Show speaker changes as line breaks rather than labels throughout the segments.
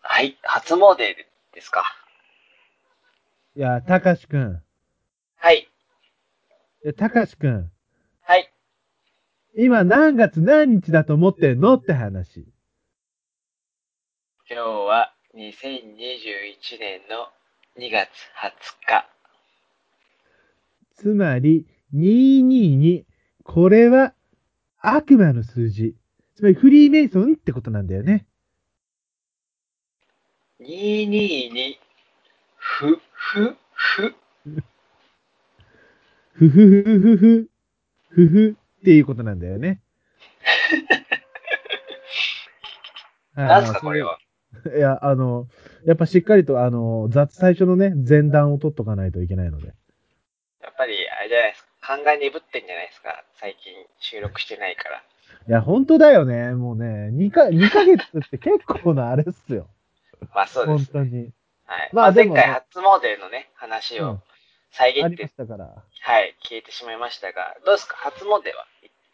はい、初詣ですか。
いや、たかしくん。
はい、
え、たかしくん。
はい。
今何月何日だと思ってんのって話。
今日は2021年の2月20日。
つまり、222。これは悪魔の数字。つまりフリーメイソンってことなんだよね。
222、ふ、ふ、ふ。
ふふふふふ。ふふっていうことなんだ よね。あー
なんすか、これは。
いや、あの、やっぱしっかりと、あの、雑、最初のね、前段を取っとかないといけないので。
やっぱり、あれじゃないですか。勘が鈍ってんじゃないですか。最近収録してないから。
いや、本当だよね。もうね、2か、二ヶ月って結構なあれっすよ。
まあそうで
本
す。
当に。
はい。ま
まあ
あ、
で
前
も
回初詣のね、話
う
を
ん
遮
あ
っ
りま
て、
したから。
はい、消えてしまいましたが、どうですか初詣は行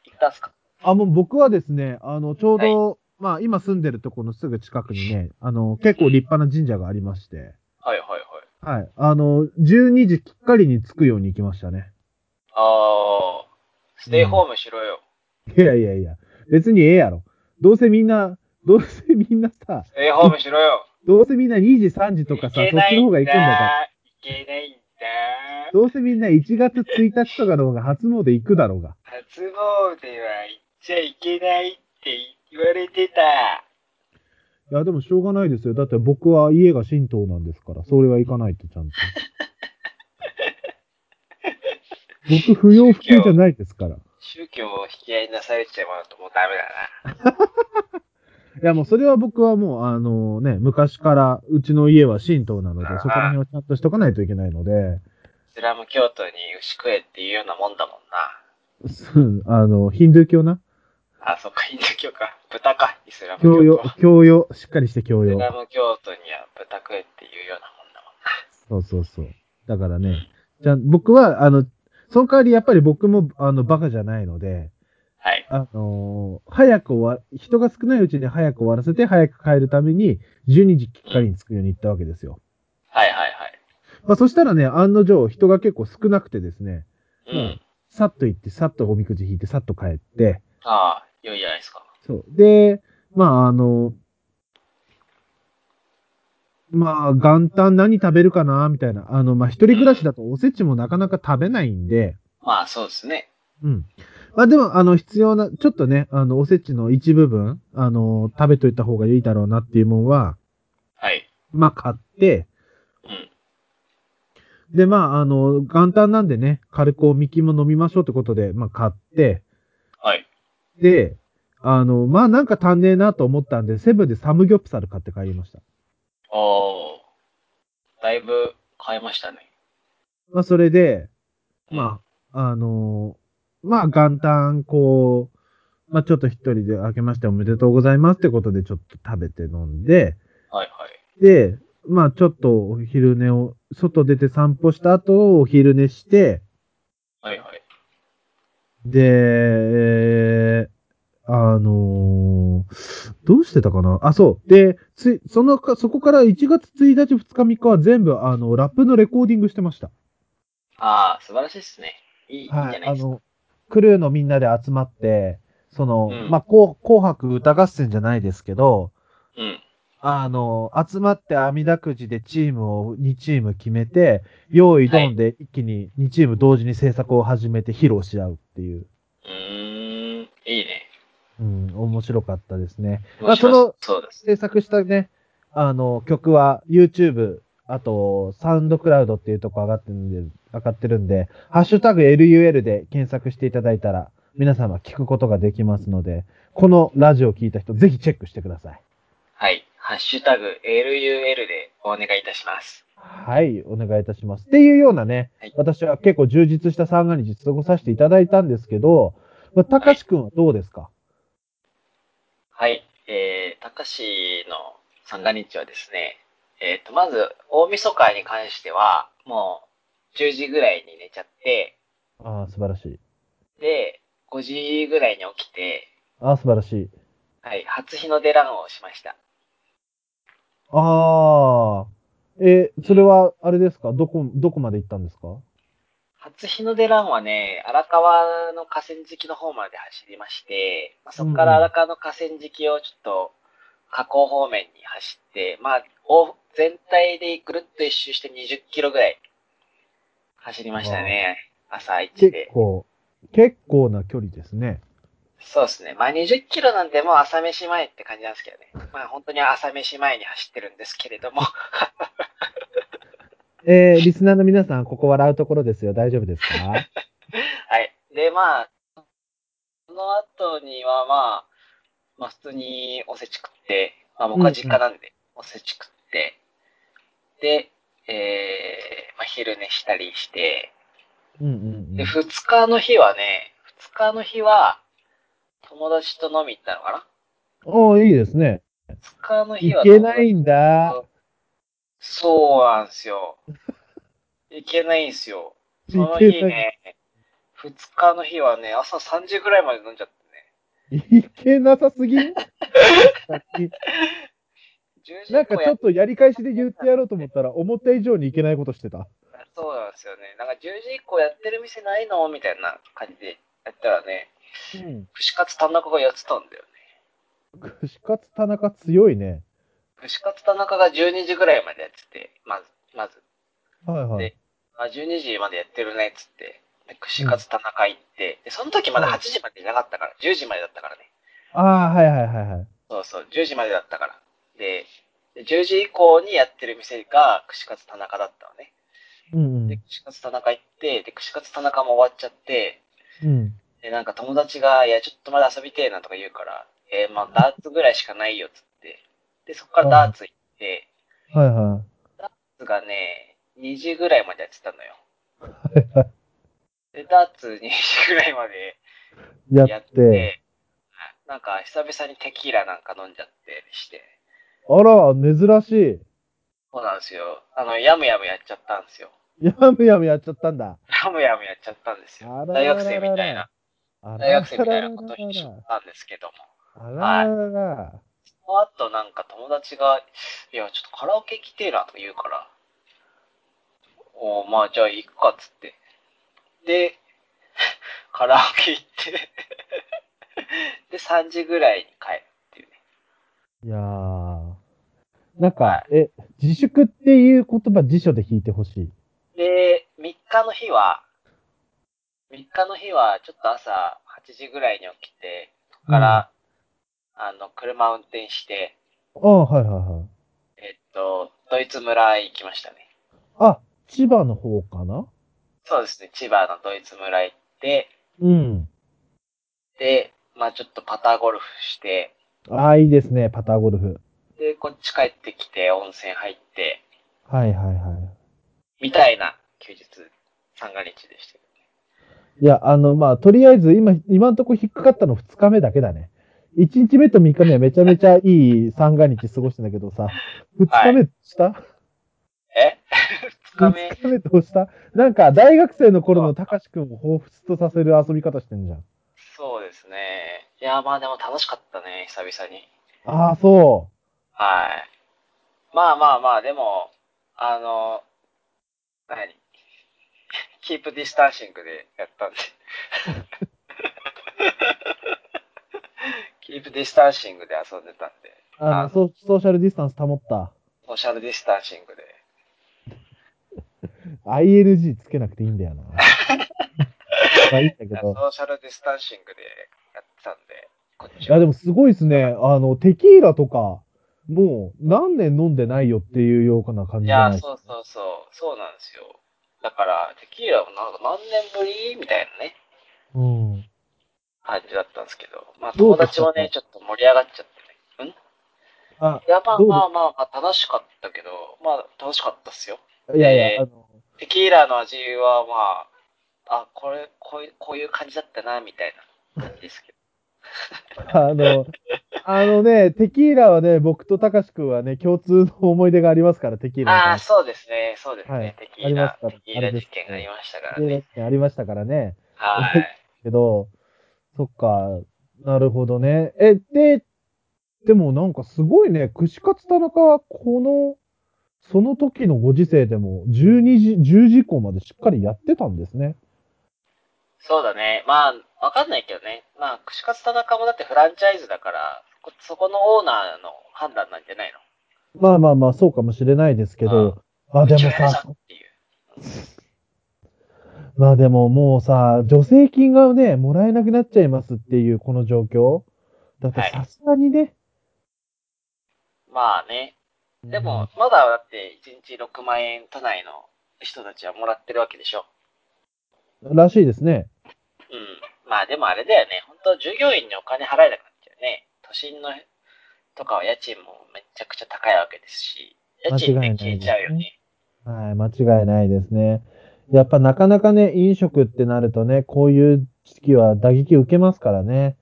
行ったんすか
あ、もう僕はですね、あの、ちょうど、まあ今住んでるところのすぐ近くにね、あの、結構立派な神社がありまして、
はいはいはい。
はい。あの、12時きっかりに着くように行きましたね。
ああ、ステイホームしろよ。
いやいやいや、別にええやろ。どうせみんな、どうせみんなさ、
ステイホームしろよ。
どうせみんな2時3時とかさ、
いけ
そっ
な
ち
い
の
ん
方
だ
が行くんだから。
いけないんだ。
どうせみんな1月1日とかの方が初詣行くだろうが。
初詣は行っちゃいけないって言われてた。
いや、でもしょうがないですよ。だって僕は家が神道なんですから、それは行かないとちゃんと。 僕、不要不急じゃないですから。い
宗教を引き合いになされちゃうともうダメだ
や、もうそれは僕はもう、あのね、昔からうちの家は神道なので、そこら辺はちゃんとしとかないといけないので、
な。イスラム教徒に牛食えっていうようなもんだもんな。
すあの、ヒンドゥー教な
あ、そっか、ヒンドゥー教か。豚か、イスラム教
教養
徒。、
教養、しっかりして教
イス
養。
ラム教徒には豚食えっていうようなもんだもんな。
そうそうそう。だからね、じゃあ僕は、あの、その代わりやっぱり僕も、あの、バカじゃないので、
はい。
あのー早く終わ、人が少ないうちに早く終わらせて、早く帰るために、12時きっかりに着くように行ったわけですよ。
はいはい
まあ、そしたらね、案の定、人が結構少なくてですね、
はい。うん。
さっと行って、さっとおみくじ引いて、さっと帰って、
ああ、良いじゃないですか。
そう。で、まあ、あのまあ、元旦何食べるかな、みたいな。あの、まあ、一人暮らしだとおせちもなかなか食べないんで、
まあそうですね。
うん。まあでも、あの、必要な、ちょっとね、あの、おせちの一部分、あの、食べといた方がいいだろうなっていうもんは、
はい。
まあ買って、
うん。
で、まあ、あの、元旦なんでね、軽くおみきも飲みましょうってことで、まあ買って、
はい。
で、あの、まあなんか足んねえなと思ったんで、セブンでサムギョプサル買って帰りました。
おー。だいぶ変えましたね。
まあそれで、まあ、あの、まあ元旦、こう、まあちょっと一人で開けましておめでとうございますってことでちょっと食べて飲んで、
あ。はいはい。
で、まあちょっとお昼寝を、外出て散歩した後、お昼寝して、
はいはい。
で、えーあのーどうしてたかなあ、そう。で、つい、そのか、そこから1月1日、2日、3日は全部、あの、ラップのレコーディングしてました。
ああ、素晴らしいですね。いい、いいんじゃない
あ
ですか。
の、クルーのみんなで集まって、その、
うん
まあ、紅紅白歌合戦じゃないですけど、
うん。
あの、集まって網だくじでチームを2チーム決めて、用意ドンで一気に2チーム同時に制作を始めて披露し合うっていう、
うーん。いいね。
うん、面白かったですね。ま
面
あ、そ
白そ
の
うそうです。
制作したね、あの、曲は YouTube、あと、サウンドクラウドっていうとこ上がってるんで、上がってるんで、ハッシュタグ LUL で検索していただいたら、皆様聞くことができますので、このラジオを聞いた人、ぜひチェックしてください。
はい。ハッシュタグ LUL でお願いいたします。
はい、お願いいたします。っていうようなね、
はい
私は結構充実した三が日過ごさせていただいたんですけど、まあ、たかしくんはどうですか
はい。えー、たかしの三が日はですね、えっ、と、まず、大晦日に関しては、もう、10時ぐらいに寝ちゃって、
ああ、素晴らしい。
で、5時ぐらいに起きて、
ああ、素晴らしい。
はい、初日の出ランをしました。
ああ。え、それは、あれですかどこ、どこまで行ったんですか
初日の出ランはね、荒川の河川敷の方まで走りまして、まあ、そこから荒川の河川敷をちょっと河口方面に走って、まあ、往復全体でぐるっと一周して20キロぐらい走りましたね。朝1
結
で。
構、結構な距離ですね。
そうですね。まあ20キロなんてもう朝飯前って感じなんですけどね。まあ本当に朝飯前に走ってるんですけれども。
えー、リスナーの皆さん、ここ笑うところですよ。大丈夫ですか
はい。で、まあ、その後には、まあ、まあ、普通におせち食って、まあ、僕は実家なんで、おせち食って、で、えー、まあ、昼寝したりして、
うんうん、う
で、
ん。
二日の日はね、二日の日は、友達と飲み行ったのかな
おーいいですね。
二日の日
行
は
け
友達
な
と
いんだ。
そうなんですよ。いけないんですよ。その
い
日
けない
ね、二日の日はね、朝3時ぐらいまで飲んじゃってね。
行けなさすぎん さっき
10時以降
なんかちょっとやり返しで言ってやろうと思ったら、思った以上にいけないことしてた。
やっそうなんですよね。なんか10時以降やってる店ないのみたいな感じでやったらね、
うん。
串カツ田中がやってたんだよね。
串カツ田中強いね。
串カツ田中が12時ぐらいまでやってて、まず、まず、
はいはい
で。あ、12時までやってるねっつって、で串カツ田中行って、で、その時まだ8時までじゃなかったから、10時までだったからね。
ああ、はいはいはいはい。
そうそう、10時までだったから。で、で10時以降にやってる店が串カツ田中だったのね。
うんう
で、
ん。
串カツ田中行って、で、串カツ田中も終わっちゃって、
うん。
で、なんか友達が、いや、ちょっとまだ遊びてえなとか言うから、えーまあ、ダーツぐらいしかないよ、つって。で、そこからダーツ行って、
はいは
ダーツがね、2時ぐらいまでやってたのよ。
いは
で、ダーツ2時ぐらいまで
い。や
やっ、
ってて。
なんか久々にテキーラなんか飲んじゃってして、
あら、珍し
そうなんですよ。あの、やむやむやっちゃったんですよ。
い。やむやむやっちゃったんだ。
やむやむやっちゃったんですよ
あ。ら
大学生みたいな、
あら
大学生みたいなことにしちゃったんですけども。
あららら。
その後なんか友達が、いや、ちょっとカラオケ来てえなとか言うから、おーまあじゃあ行くかっつって。で、 カラオケ行って、 で、3時ぐらいに帰るっていうね。
いやー。なんか、え、自粛っていう言葉辞書で引いてほしい。
で、3日の日は、3日の日はちょっと朝8時ぐらいに起きて、そこから、あの、車運転して、
ああ、はいはいはい。
えっと、ドイツ村へ行きましたね。
あ、千葉の方かな
そうですね、千葉のドイツ村へ行って、
うん。
で、まあちょっとパターゴルフして、
ああ、いいですね、パターゴルフ。
で、こっち帰ってきて温泉入って、
はいはいは
みたいな休日、三が日でした。
い。いや、あの、まあ、とりあえず今、今んとこ引っかかったの2日目だけだね。1日目と3日目はめちゃめちゃいい三が日過ごしたんだけどさ、2日目どうした、
え 二日目、
?2 日目どうしたなんか、大学生の頃のたかしくんを彷彿とさせる遊び方してんじゃん。
そうですね。いや、まあでも楽しかったね、久々に。
ああ、そ
はい。まあまあまあ、でも、あの、何キープディスタンシングでやったんで。キープディスタンシングで遊んでたんで、
う。あの
あ
ソソーシャルディスタンス保った。
ソーシャルディスタンシングで。
ILG つけなくていいん だよな。まあいいんだけ
ソ
ど。
ーシャルディスタンシングでやってたんで、こっ
い
ち
や、
は。
でもすごいですね。あの、テキーラとか、もう何年飲んでないよっていうような感じ
い
じゃ
や
な、い
そうそうそう、そうなんですよ。だから、テキーラもなんか何年ぶりみたいなね、
うん。
感じだったんですけど、まあ友
どうでした
達
か
もね、ちょっと盛り上がっちゃってね。ん
あ、
いや、まあ
どうで
まあまあ、まあ、楽しかったけど、まあ楽しかったっすよ。
いやいや、
えー
あの、
テキーラの味はまあ、あ、これ、こういう、こういう感じだったな、みたいな感じですけど。
あ の、あのね、テキーラはね、僕とたかしくんはね、共通の思い出があります から、テキーラに
ああ、
関して。
そうですね、そうですね、
はい
テキ
あり
ー
ます
ラ、
か
テ
ら
キーラ事件がありましたから
テキー
ね。
ラ事件ありましたからね。
はい。
けど、そっか、なるほどね。え、で、でもなんかすごいね、串カツ田中はこの、その時のご時世でも12時、10時以降までしっかりやってたんですね。
そうだね。まあ、わかんないけどね。まあ、串カツ田中もだってフランチャイズだから、こそこのオーナーの判断なんじゃないの
まあまあまあ、そうかもしれないですけど、あ、
う
でも
ちはやる
さ
ぞ、っていう。
まあでももうさ、助成金がね、もらえなくなっちゃいますっていうこの状況。だって
はい
さすがにね。
まあね。でも、まだだって1日6万円都内の人たちはもらってるわけでしょ。
うん、らしいですね。
うん。まあでもあれだよね。本当従業員にお金払えなくなっちゃうね。都心のとかは家賃もめちゃくちゃ高いわけですし、家賃って消えちゃうよ
間違いないです
ね。
はい、間違いないですね。やっぱなかなかね、飲食ってなるとね、こういう時期は打撃受けますからね。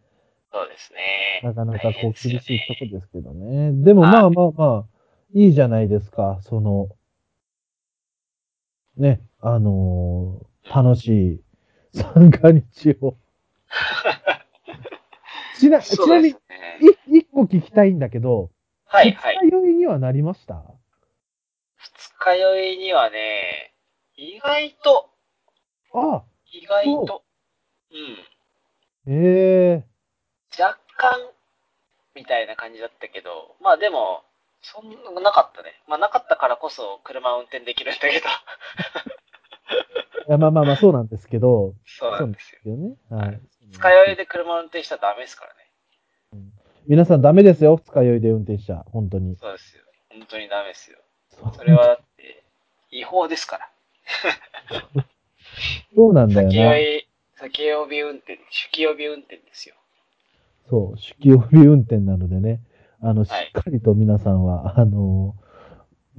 そうですね。
なかなか
大変
こう
ですよ
厳
ね
しいとこですけどね。でもまあまあまあ、いいじゃないですか。その、ね、あのー楽しい参加日 を。ちな、ち
そう
なみ
で
に
す、ね。
い一個聞きたいんだけど、
はいはい。
二日酔いにはなりました
二日酔いにはね、意外と、
あ
意外と、うん。
ええ
若干、みたいな感じだったけど、まあでも、そんな、なかったね。まあなかったからこそ車を運転できるんだけど。
いやまあまあまあ、そうなんですけど、
そうなんですよ。
けどね。はい。
二日酔いで車を運転したらダメですからね。
皆さんダメですよ、二日酔いで運転した。本当に。
そうですよ。本当にダメですよ。
そう
それはだって、違法ですから。
そうなんだよ
酒
な。
酔い、酒呼び運転、酒気呼び運転ですよ。
そう、酒気帯び運転なのでね。あの、し
はい
っかりと皆さんは、あの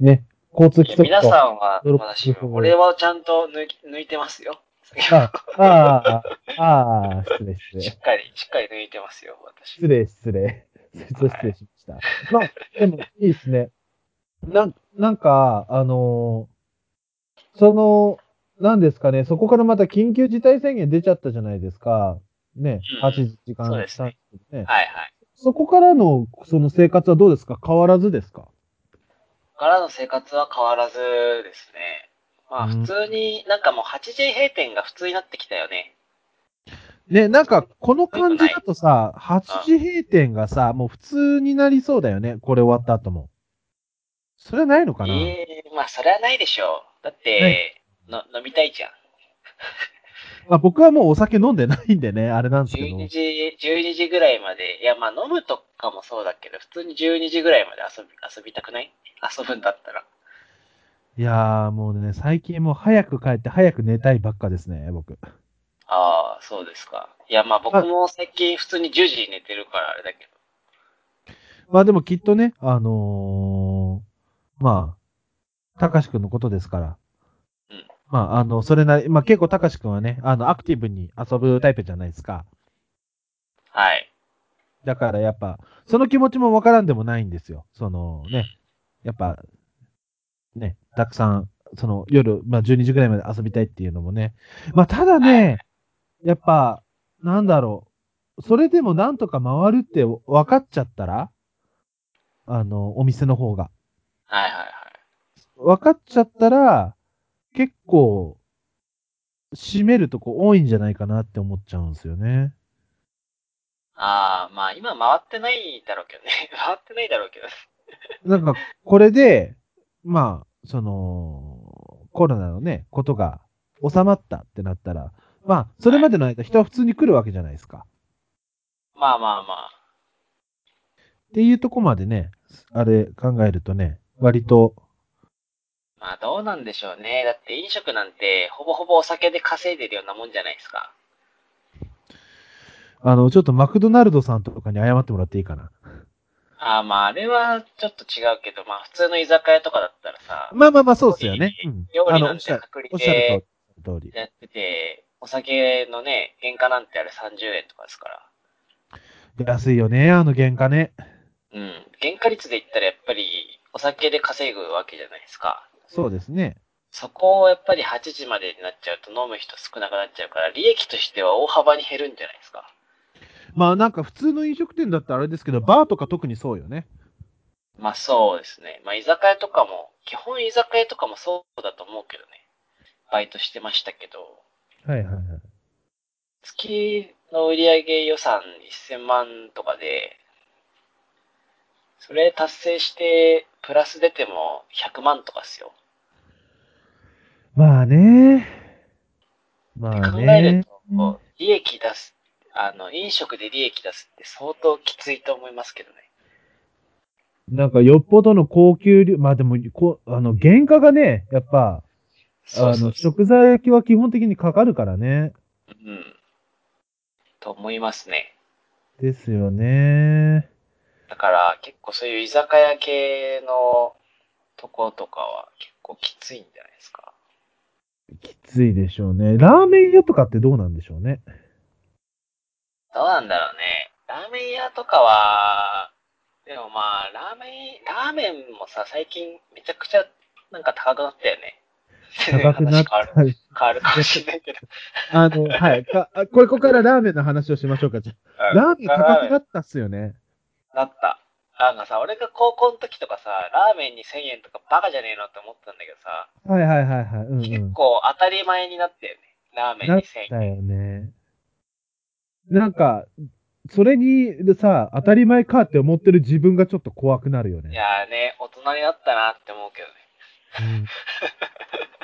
ーね、交通
い
規
や皆
則と。
さんは、
ドロップ
私
する方、
俺はちゃんと抜き抜いてますよ。
ああ、ああ、失礼、失
し
礼
っ。かり、しっかり抜いてますよ、私。
失礼、失礼。失礼しました。まあ、でも、いいですね。な、なんか、あのーその、なんですかね、そこからまた緊急事態宣言出ちゃったじゃないですか。ね、
うん
8時間
そうですね
ね
はいはい。
そこからの、その生活はどうですか変わらずですか
からの生活は変わらずですね。まあ
うん
普通に、なんかもう8時閉店が普通になってきたよね。
ね、なんか、この感じだとさ、8時閉店がさ、もう普通になりそうだよね。これ終わった後も。それはないのかな、
ええまあそれはないでしょう。だって、の飲みたいじゃん。
あ僕はもうお酒飲んでないんでね、あれなんですけど。
12時、12時ぐらいまで、いやまあ飲むとかもそうだけど、普通に12時ぐらいまで遊び、遊びたくない遊ぶんだったら。
いやーもうね、最近もう早く帰って早く寝たいばっかですね、僕。
ああ、そうですか。いやまあ僕も最近普通に10時に寝てるからあれだけど。
まあでもきっとね、あのー、まあ、たかしくんのことですから。
うん
まあ、あの、それなり、まあ結構たかしくんはね、あの、アクティブに遊ぶタイプじゃないですか。
はい。
だからやっぱ、その気持ちもわからんでもないんですよ。そのね、やっぱ、ね、たくさん、その夜、まあ12時ぐらいまで遊びたいっていうのもね。まあただね、やっぱ、なんだろう、それでもなんとか回るって分かっちゃったら、あの、お店の方が。
はいはいはい。
分かっちゃったら、結構、閉めるとこ多いんじゃないかなって思っちゃうんですよね。
ああ、まあ今回ってないだろうけどね。 回ってないだろうけど。
なんか、これで、まあ、その、コロナのね、ことが収まったってなったら、まあ、それまでの間、人は普通に来るわけじゃないですか。
まあまあまあ。
っていうとこまでね、あれ考えるとね、割と、
まあどうなんでしょうね。だって飲食なんてほぼほぼお酒で稼いでるようなもんじゃないですか。
あの、ちょっとマクドナルドさんとかに謝ってもらっていいかな。
ああまああれはちょっと違うけど、まあ普通の居酒屋とかだったらさ、
まあまあまあ、そうっすよね。うん。
料
あ
理
の、
な
お
ん
ってしゃる、
隔離
おっしゃる
で
通り。
やってて、お酒のね、原価なんてあれ30円とかですから。
安いよね、あの原価ね。
うん。原価率で言ったらやっぱりお酒で稼ぐわけじゃないですか。
そうですね。
そこをやっぱり8時までになっちゃうと飲む人少なくなっちゃうから、利益としては大幅に減るんじゃないですか。
まあなんか普通の飲食店だったらあれですけど、バーとか特にそうよね。
まあそうですね。まあ居酒屋とかも、基本居酒屋とかもそうだと思うけどね。バイトしてましたけど、
はいはいはい。
月の売上予算1000万とかで、それ達成して、プラス出ても100万とかっすよ。
まあね。ま
って
あ
考える
ね。
と、こう利益出す、あの、飲食で利益出すって相当きついと思いますけどね。
なんかよっぽどの高級料、まあでもこ、あの、原価がね、やっぱ、
そ
あ
うそ
の、
うそう。
食材系は基本的にかかるからね。
うん。と思いますね。
ですよね。
だから結構そういう居酒屋系のとことかは結構きついんじゃないですか。
きついでしょうね。ラーメン屋とかってどうなんでしょうね。
どうなんだろうね。ラーメン屋とかは、でもまあ、ラーメン、ラーメンもさ、最近めちゃくちゃなんか高くなったよね。
高くなっ
話変わる
たり。
変わるかもしれないけど。
あの、はい。かあこれ、ここからラーメンの話をしましょうか。じゃあラーメン高くなったっすよね。
なった。なんかさ、俺が高校の時とかさ、ラーメンに1000円とかバカじゃねえのって思ったんだけどさ、
はいはいはいはい。うんう
結
ん。
構当たり前になったよね。ラーメン
なっ
に1000円。
たよね。なんか、それにさ、当たり前かって思ってる自分がちょっと怖くなるよね。
いやーね、大人になったなって思うけどね。
うん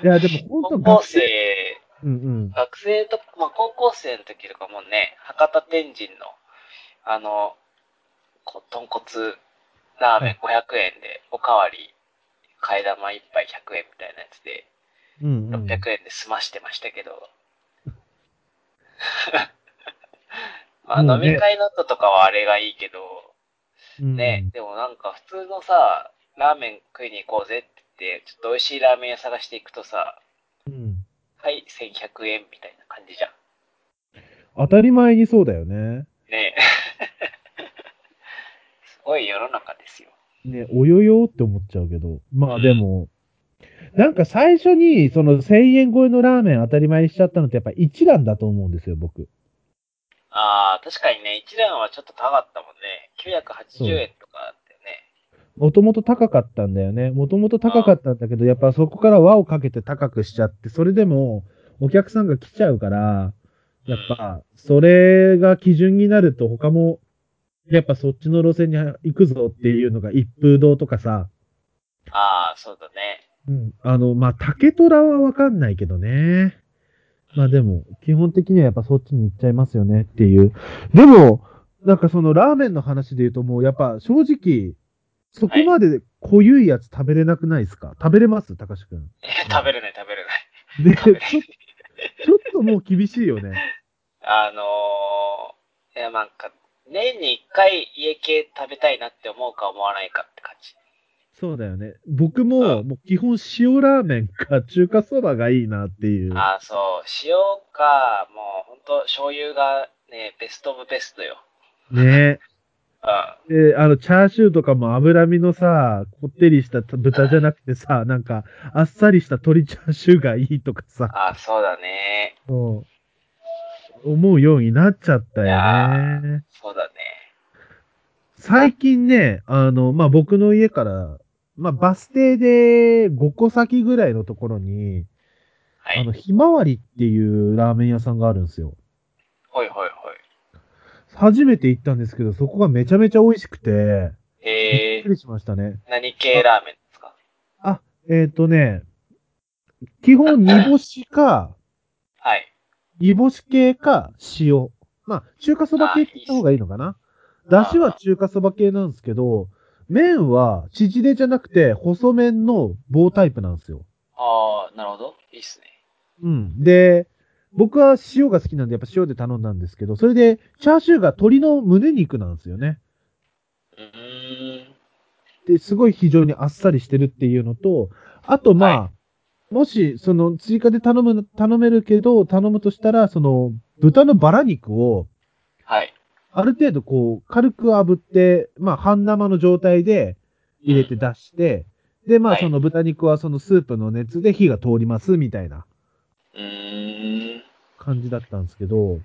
いや、でも
高
本当
校
学
生
生。、うんうん。
学生と、まあ高校生の時とかもね、博多天神の、あの、こ豚骨ラーメン500円で、おかわり、替え玉1杯100円みたいなやつで、
うんうん、
600円で済ましてましたけど。 まあ、
もう
飲
ね
み会の後とかはあれがいいけど、
うん
ね、でもなんか普通のさ、ラーメン食いに行こうぜって言って、ちょっと美味しいラーメン屋探していくとさ、
うん。
はい、1100円みたいな感じじゃん。
当たり前にそうだよね。
ね すごい世の中ですよ。
ね、およよって思っちゃうけど。まあでも、なんか最初に、その1000円超えのラーメン当たり前にしちゃったのってやっぱ一蘭だと思うんですよ、僕。
ああ、確かにね、一蘭はちょっと高かったもんね。980円とかだったよね。
もともと高かったんだよね。もともと高かったんだけど、やっぱそこから輪をかけて高くしちゃって、それでもお客さんが来ちゃうから、やっぱそれが基準になると他も、やっぱそっちの路線に行くぞっていうのが一風堂とかさ、
ああ、そうだね。
うん、あの、まあ、竹虎はわかんないけどね。まあでも、基本的にはやっぱそっちに行っちゃいますよねっていう。でも、なんかそのラーメンの話で言うともうやっぱ正直、そこまで濃ゆいやつ食べれなくないですか、食べれます高志くん。
食べるね、食べるね。
で、ち
食
ょ
べれない
ちょっともう厳しいよね。
あのー、いや、なんか、年に一回家系食べたいなって思うか思わないかって感じ。
そうだよね。僕も、もう基本塩ラーメンか中華そばがいいなっていう。
ああ、そう、塩か、もうほんと醤油がね、ベストオブベストよ。
ね
うん。あ
で、あの、チャーシューとかも脂身のさ、こってりした豚じゃなくてさ、なんか、あっさりした鶏チャーシューがいいとかさ、
あ、そうだね。
もう思うようになっちゃった
いや
よね。
そうだね。
最近ね、あの、まあ、僕の家から、まあ、バス停で5個先ぐらいのところに、
は
あ
い。
の、ひまわりっていうラーメン屋さんがあるんですよ。
ほいほい
初めて行ったんですけど、そこがめちゃめちゃ美味しくて、
ほい。
び
え
っく
ー、
りしましたね。
何系ラーメンですか
あ、えっ、とね、基本煮干しか、
はい。
煮干し系か塩。まあ、中華そば系って言った方がいいのかな。
あ
だしは中華そば系なんですけど、麺は縮れじゃなくて細麺の棒タイプなんですよ。
ああ、なるほど。いいっすね。
うん。で、僕は塩が好きなんでやっぱ塩で頼んだんですけど、それでチャーシューが鶏の胸肉なんですよね。
うーん。
で、すごい非常にあっさりしてるっていうのと、あとまあ、もし、その、追加で頼む、頼めるけど、頼むとしたら、その、豚のバラ肉を、
はい。
ある程度こう、軽く炙って、まあ、半生の状態で入れて出して、で、まあ、
はい
その豚肉はそのスープの熱で火が通ります、みたいな
うーん。
感じだったんですけど、
う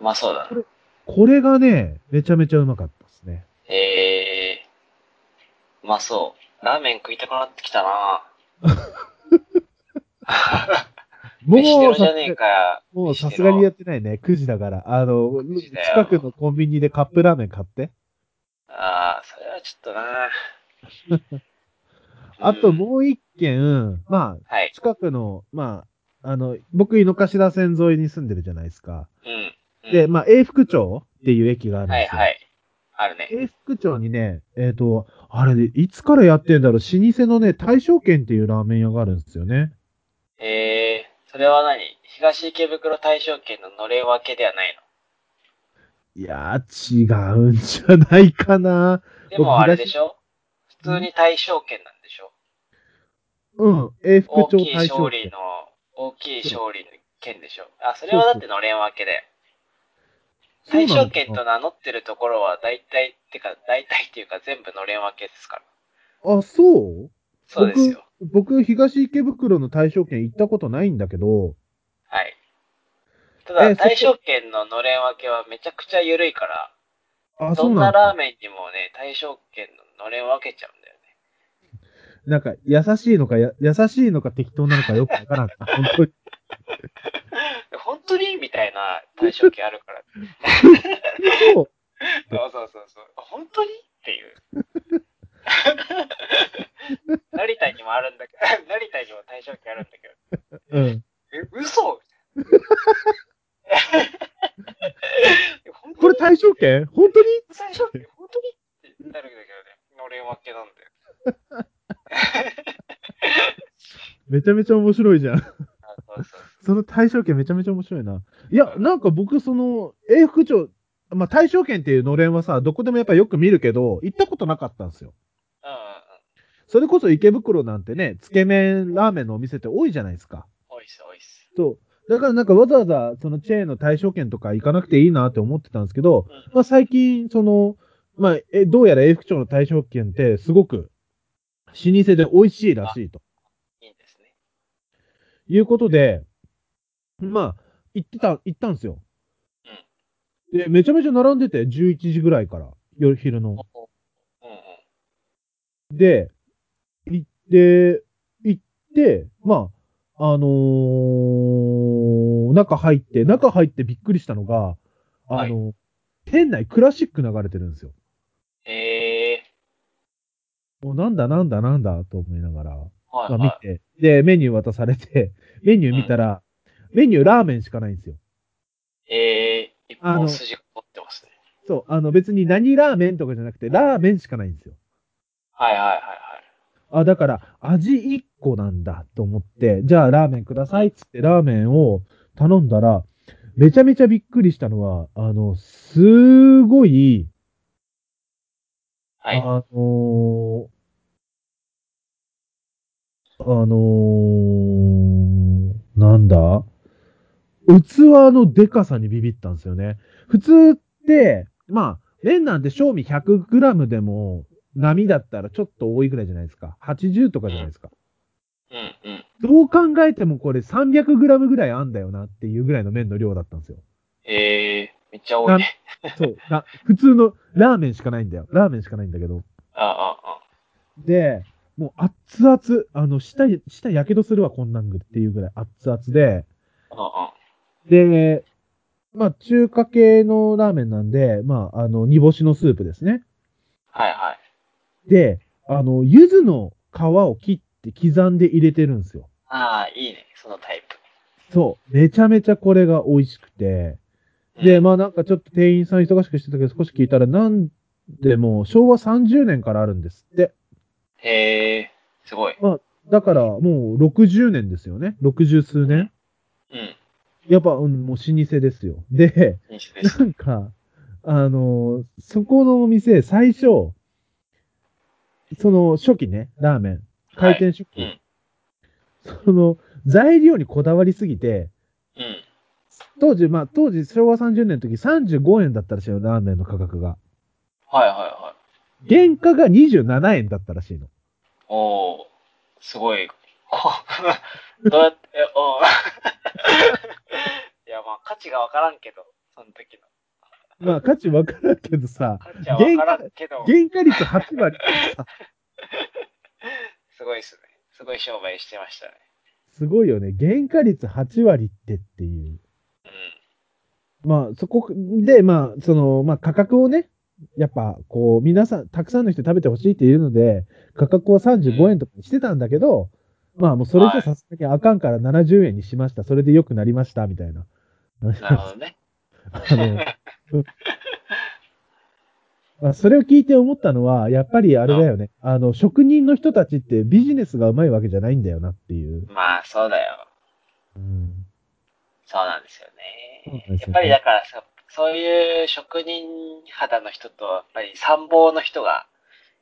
まそうだな。
これがね、めちゃめちゃうまかったですね。
ええー。うまそう。ラーメン食いたくなってきたな
も
飯テロ
う
じ
さ
ゃねえかよ。
もう
飯テロ
さすがにやってないね。9時だから。あの、
9時だよ
近くのコンビニでカップラーメン買って。
ああ、それはちょっとな
あと
うん
もう一軒、まあ、
はい。
近くの、まあ、あの、僕、井の頭線沿いに住んでるじゃないですか。
うん。うん
で、まあ、永福町っていう駅があるん
は
で
い
すよ。
はい。あるね。
永福町にね、えっ、と、あれ、いつからやってんだろう、老舗のね、大正軒っていうラーメン屋があるんですよね。
ええー、それは何東池袋大正圏ののれん分けではない
いやー、違うんじゃないかな。
の。でもあれでしょ普通に大正圏なんでしょ
うん、永福
大
町
きい
大
勝
正
利
軒
の、大きい勝利の県でしょ。あ、それはだってのれん分けだよ。
そう
大
な
正
のか
圏と名乗ってるところは大体、ってか、大体っていうか全部のれん分けですから。
なあ、そう
そうですよ。
僕、東池袋の大正軒行ったことないんだけど、
はい。ただ、
えーそこ
大正圏ののれん分けはめちゃくちゃ緩いから、
あ、
ど
そうんな
なんラー
だ。
メンにもね、大正圏ののれん分けちゃうんだよね。
なんか、優しいのかや、優しいのか適当なのかよくわからん。本当に。
本当にみたいな対象形あるから。
そう
そうそうそうそう。本当にっていう。成田にもあるんだけど、成田にも対象形あるんだけど。
うん。
え、嘘
これ大正軒本当に
最初って本当にってなるんだけどね、のれん分けなんだよ。
めちゃめちゃ面白いじゃん。
あそうそう
その大正軒めちゃめちゃ面白いな。いや、なんか僕、その、永福町、まあ、大正軒っていうのれんはさ、どこでもやっぱよく見るけど、行ったことなかったんですよ。
うんうんうん。
それこそ池袋なんてね、つけ麺、ラーメンのお店って多いじゃないですか。
おいっす、おいっす。
そう。だからなんかわざわざ、そのチェーンの対象圏とか行かなくていいなって思ってたんですけど、
うん
まあ最近、その、まあ、え、どうやら永福町の対象圏ってすごく、老舗で美味しいらしいと
いいんですね。
いうことで、まあ、行ってた、行ったんですよ。で、めちゃめちゃ並んでて、11時ぐらいから、夜、昼の。
うんうん。
で、行って、行って、まあ、あのー中入って、中入ってびっくりしたのが、あの店内クラシック流れてるんですよ。
え
もうなんだなんだなんだと思いながら、
ー、はい
ま
は
あ
い。
見て、で、メニュー渡されて、メニュー見たら、メニューラーメンしかないんですよ。
えー、一
あ
本
の
筋が通ってますね。
そう、あの別に何ラーメンとかじゃなくて、ラーメンしかないんですよ。
はいはいはいはい。
あ、だから、味1個なんだと思って、じゃあラーメンくださいっつってラーメンを頼んだら、めちゃめちゃびっくりしたのは、あの、すごい、
はい。
あのーあのーなんだ器のでかさにビビったんですよね。普通って、まあ、麺なんて賞味 100g でも、波だったらちょっと多いぐらいじゃないですか。80とかじゃないですか。
うんうん。
どう考えてもこれ 300g ぐらいあんだよなっていうぐらいの麺の量だったんですよ。
えー、めっちゃ多いね。
そう。な普通のラーメンしかないんだよ。ラーメンしかないんだけど。
ああ、あ
で、もう熱々、あの、舌、舌やけどするわ、こんなんぐっていうぐらい熱々で、
あ、あ
で、まあ、中華系のラーメンなんで、まあ、あの、煮干しのスープですね。
あ、はいはい。
で、あの、柚子の皮を切って刻んで入れてるんですよ。
ああ、いいね、そのタイプ。
そう。めちゃめちゃこれが美味しくて。
うん
で、まあなんかちょっと店員さん忙しくしてたけど、少し聞いたら、なんでも昭和30年からあるんですって。
へえー、すごい。
だからもう60年ですよね。60数年。
うん、
やっぱ、うん、もう老舗ですよ。で、
いいですね。
なんか、あのーそこのお店、最初、その初期ね、ラーメン、開店初期、
はい
その材料にこだわりすぎて、
うん。
当時、まあ当時昭和30年の時35円だったらしいよ、ラーメンの価格が。
はいはいはい。
原価が27円だったらしいの。
おー、すごい。 こどうやって、 おー。いや、まあ、価値がわからんけど、その時の。
まあ、価値わからんけどさ、
価値は分からんけど、
原価率8割ってさ、
すごいですね。すごい商売してましたね。
すごいよね。原価率8割ってっていう。
うん。
まあ、そこで、まあ、その、まあ、価格をね、やっぱ、こう、皆さん、たくさんの人に食べてほしいっていうので、価格を35円とかにしてたんだけど、まあ、もうそれじゃさすがにあかんから70円にしました。それで良くなりました、みたいな。
なるほどね。
あの、まあ、それを聞いて思ったのは、やっぱりあれだよね。あの、職人の人たちってビジネスがうまいわけじゃないんだよなっていう。
まあ、そうだよ。
うん。
そうなんですよ
そうなん
ね。
ですよね
やっぱりだからさ、そういう職人肌の人と、やっぱり参謀の人が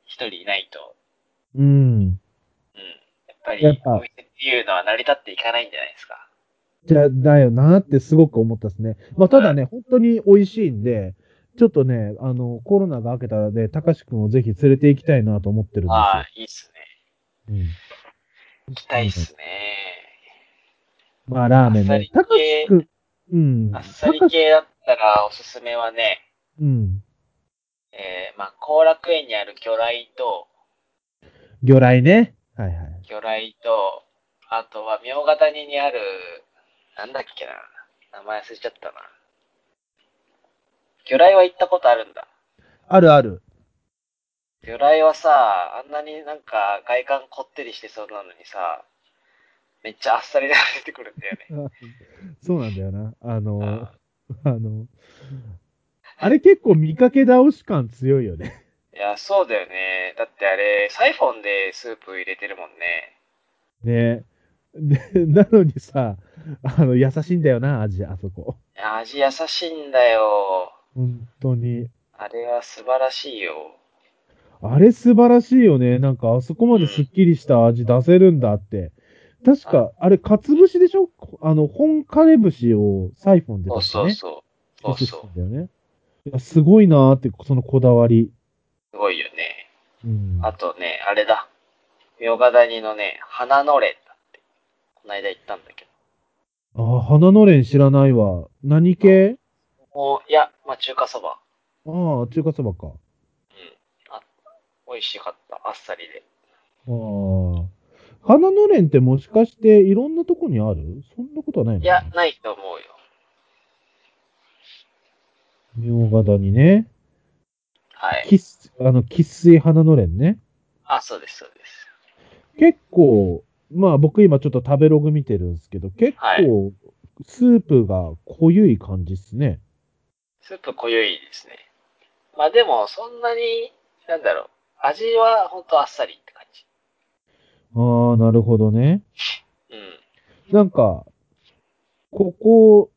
一人いないと、
うん。
うん。やっぱり
やっぱ
お店っていうのは成り立っていかないんじゃないですか。
じゃ、だよなってすごく思ったですね。まあ、ただね、本当に美味しいんで、ちょっとね、あの、コロナが明けたらね、たかしくんをぜひ連れて行きたいなと思ってるんですよ。
ああ、いいっすね。
うん
行きたいっすね。
まあ、ラーメン
あっさり
ね
系。
たかしくん、うん。
あったさり
かし
系だったらおすすめはね、
うん。
えー、まあ、後楽園にある魚雷と、
魚雷ね。はいはい。
魚雷と、あとは、明ヶ谷にある、なんだっけな。名前忘れちゃったな。魚雷は行ったことあるんだ。
あるある。
魚雷はさ、あんなになんか外観こってりしてそうなのにさ、めっちゃあっさりで出てくるんだよね。
そうなんだよな。あの
あ、
あの、あれ結構見かけ倒し感強いよね。
い や、そうだよね。だってあれ、サイフォンでスープ入れてるもんね。
ねで、なのにさ、あの、優しいんだよな、味、あそこ。
いや味優しいんだよ。
本当に。
あれは素晴らしいよ。
あれ素晴らしいよね。なんか、あそこまですっきりした味出せるんだって。確か、あれ、かつ節でしょあの、本金節をサイフォンで
そう
確
そ
か
う
ね。
そう。そう
作
そ
っ
う
て。たんだよね。いやすごいなーって、そのこだわり。
すごいよね。
うん。
あとね、あれだ。明ヶ谷のね、花のれんだって。この間行ったんだけ
あ、花のれん知らないわ。何系
ど。もう、いや、まあ中華そば。
ああ、中華そばか。
うん。あ美味しかった。あっさりで。
ああ。花のれんってもしかしていろんなとこにあるそんなことはないの
いや、ないと思うよ。
明ヶ谷ね。
はい。
喫水あの、喫水花のれんね。
あ、そうです、そうです。
結構、まあ僕今ちょっと食べログ見てるんですけど、結構、スープが濃ゆい感じっすね。
スープ濃ゆいですね。まあでも、そんなに、なんだろう。味はほんとあっさりって感じ。
ああ、なるほどね。
うん。
なんか、ここ、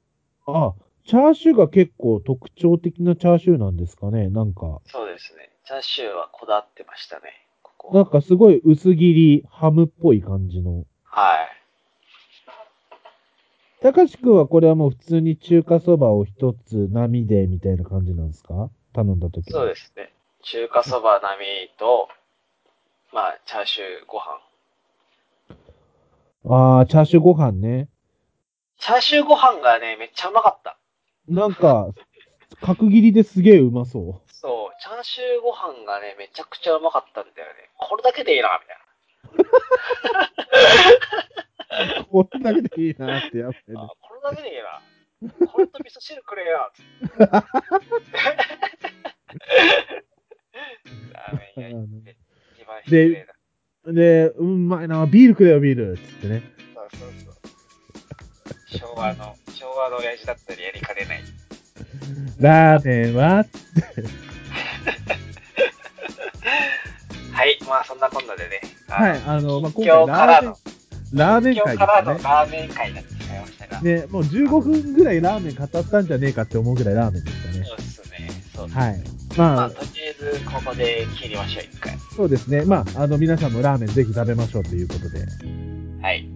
あ、チャーシューが結構特徴的なチャーシューなんですかね。なんか、
そうですね。チャーシューはこだわってましたね。ここ
なん
は。
かすごい薄切り、ハムっぽい感じの。
はい。
たかしくんはこれはもう普通に中華そばを一つ波でみたいな感じなんですか頼んだ時
そうですね。中華そば並みと、まあ、チャーシューご飯。
す。ああ、チャーシューご飯ね。
チャーシューご飯がね、めっちゃうまかった。
なんか、角切りですげえうまそ。
そう、チャーシューご飯がね、めちゃくちゃうまかったんだよね。これだけでいいな、みたいう
これだけでいいなってやっぱり
な。あ
ね。
これだけでいいな。これと味噌汁くれよ。つってラーメン屋一番失礼だ。
で、うまいな、ビールくれよ、ビールっつってね。
そうそうそう。昭和の、昭和の親父だったりやりかねない。
ラーメンは
はい、まあそんなこんなでね。あの
はい、あの、まあ、
今
今
日から
回
の、
ラーメン、ラーメン
今日
会
からの
で
ラーメン会だってしまいましたが。
すね。ね、もう15分ぐらいラーメン語ったんじゃねえかって思うぐらいラーメンでしたね
そ。うですね。そうですね。
はい。
まあ、
まあ、
とりあえず、ここで切りましょう、一回。
そうですね。まあ、あの、皆さんもラーメンぜひ食べましょうということで、
はい。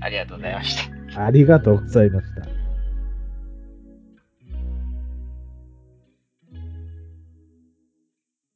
ありがとうございました。
ありがとうございました。